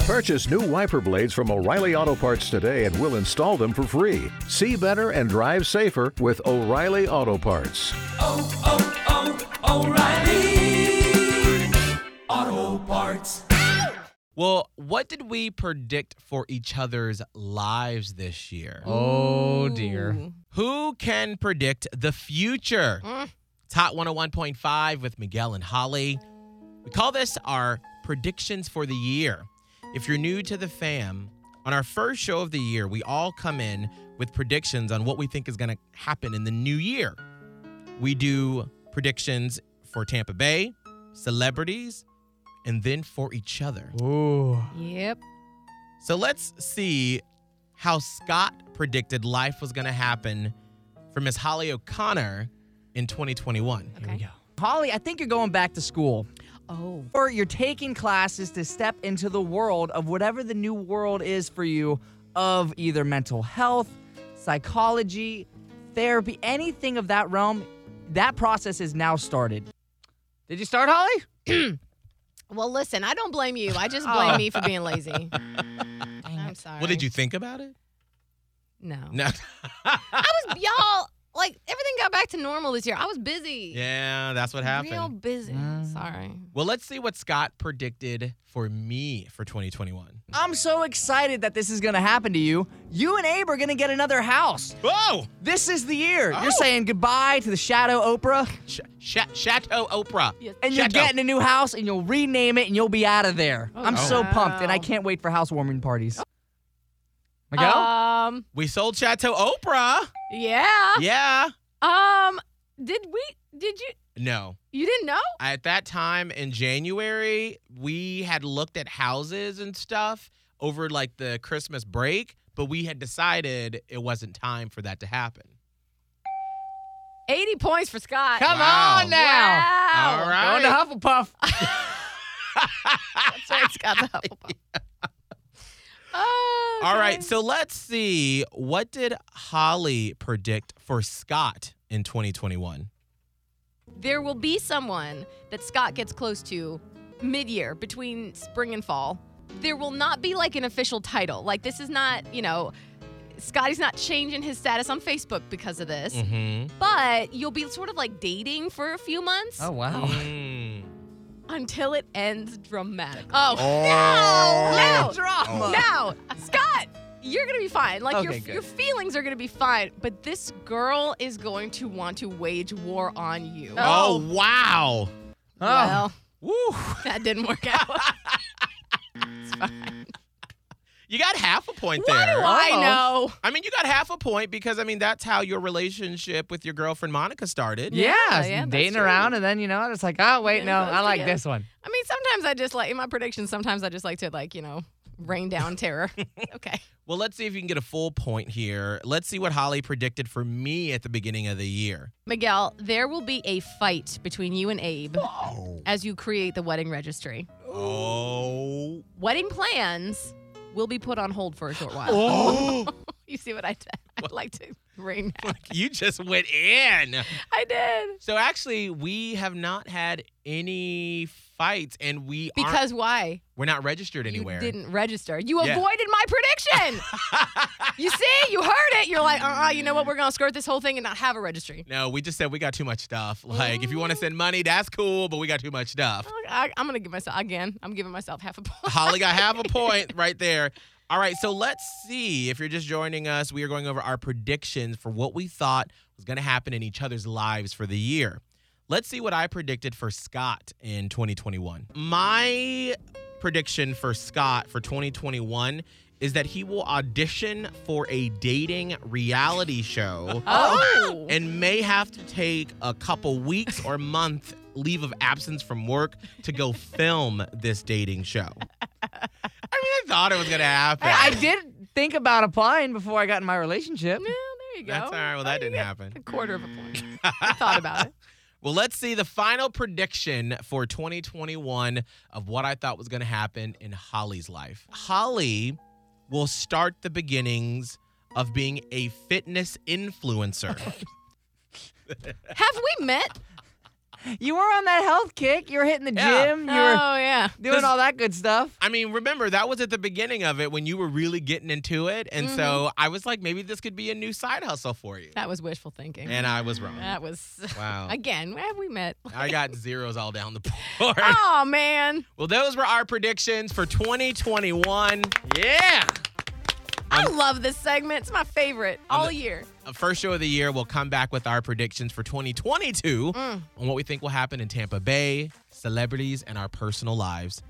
Purchase new wiper blades from O'Reilly Auto Parts today and we'll install them for free. See better and drive safer with O'Reilly Auto Parts. oh, oh, O'Reilly. Auto parts. Well, what did we predict for each other's lives this year? Oh dear. Who can predict the future? oh It's Hot 101.5 with Miguel and Holly. We call this our predictions for the year. If you're new to the fam, on our first show of the year, we all come in with predictions on what we think is going to happen in the new year. We do predictions for Tampa Bay, celebrities, and then for each other. Ooh. Yep. So let's see how Scott predicted life was going to happen for Miss Holly O'Connor in 2021. Okay. Holly, I think you're going back to school. Oh. Or you're taking classes to step into the world of whatever the new world is for you of either mental health, psychology, therapy, anything of that realm. That process is now started. Did you start, Holly? Well, listen, I don't blame you. I just blame me for being lazy. I'm sorry. What did you think about it? No. No. I was y'all like everything got back to normal this year. I was busy. yeah, that's what Real happened. busy. Mm. Sorry. Well, let's see what Scott predicted for me for 2021. I'm so excited that this is going to happen to you. You and Abe are going to get another house. Whoa! This is the year. You're saying goodbye to the shadow Oprah, Sh- Sh- Chateau Oprah. and you're Chateau. getting a new house, and you'll rename it, and you'll be out of there. I'm so Oh, wow. pumped, and I can't wait for housewarming parties. Miguel? Um. We sold Chateau Oprah. Yeah. yeah. Um. Did we? Did you? No. You didn't know? At that time in January, we had looked at houses and stuff over like the Christmas break, but we had decided it wasn't time for that to happen. 80 points for Scott. Come Wow. on now. Wow. All Going to right. Hufflepuff. That's right, Scott the Hufflepuff. Oh, All right. okay. So let's see. What did Holly predict for Scott in 2021? there will be someone that Scott gets close to mid year between spring and fall. There will not be like an official title. Like, this is not, you know, Scotty's not changing his status on Facebook because of this, Mm. Mm-hmm. but you'll be sort of like dating for a few months Oh, wow. Mm. until it ends dramatically. Oh, No Oh. Oh. no, no, drama. no, Scott, you're gonna be fine. Like Okay, good. your your feelings are gonna be fine, but this girl is going to want to wage war on you. Oh, wow. Oh. well, Woo. that didn't work out. You got half a point Why there. do I Almost. know? I mean, you got half a point because I mean that's how your relationship with your girlfriend Monica started. Yeah, yeah, that's dating true. around, and then, you know, it's like, oh, wait, Getting no, close I like together. this one. I mean, sometimes I just like in my predictions. Sometimes I just like to like you know rain down terror. okay. Well, let's see if you can get a full point here. Let's see what Holly predicted for me at the beginning of the year. Miguel, there will be a fight between you and Abe as you create the wedding registry. Oh. Wedding plans will be put on hold for a short while. Oh. You see what I did? I like to rain down. you just went in. I did. So actually, we have not had any fights, and we aren't- Because why? we're not registered You anywhere. didn't register. You Yeah. avoided my prediction. you see, you heard it. You're like, uh uh you know what? We're going to skirt this whole thing and not have a registry. No, we just said we got too much stuff. Like, if you Oh. want to send money, that's cool, but we got too much stuff. I, am going to give myself, again, I'm giving myself half a point. Holly got half a point right there. All right, so let's see. If you're just joining us, we are going over our predictions for what we thought was going to happen in each other's lives for the year. Let's see what I predicted for Scott in 2021. My prediction for Scott for 2021 is that he will audition for a dating reality show Oh. and may have to take a couple weeks or month leave of absence from work to go film this dating show. I mean, I thought it was gonna happen. I did think about applying before I got in my relationship. Yeah, there you go. That's all right. Well, that didn't happen. A quarter of a point. I thought about it. Well, let's see the final prediction for 2021 of what I thought was going to happen in Holly's life. Holly will start the beginnings of being a fitness influencer. Have we met? You were on that health kick. You were hitting the Yeah. gym. You were Oh yeah. doing Does- all that good stuff. I mean, remember that was at the beginning of it when you were really getting into it, and so Mm-hmm. I was like, maybe this could be a new side hustle for you, That was wishful thinking. and I was wrong. that was Wow. again. Where have we met? I got zeros all down the board. Oh man. Well, those were our predictions for 2021. Yeah. I love this segment. It's my favorite all year. Uh, First show of the year, we'll come back with our predictions for 2022 on what we think will happen in Tampa Bay, celebrities, and our personal lives.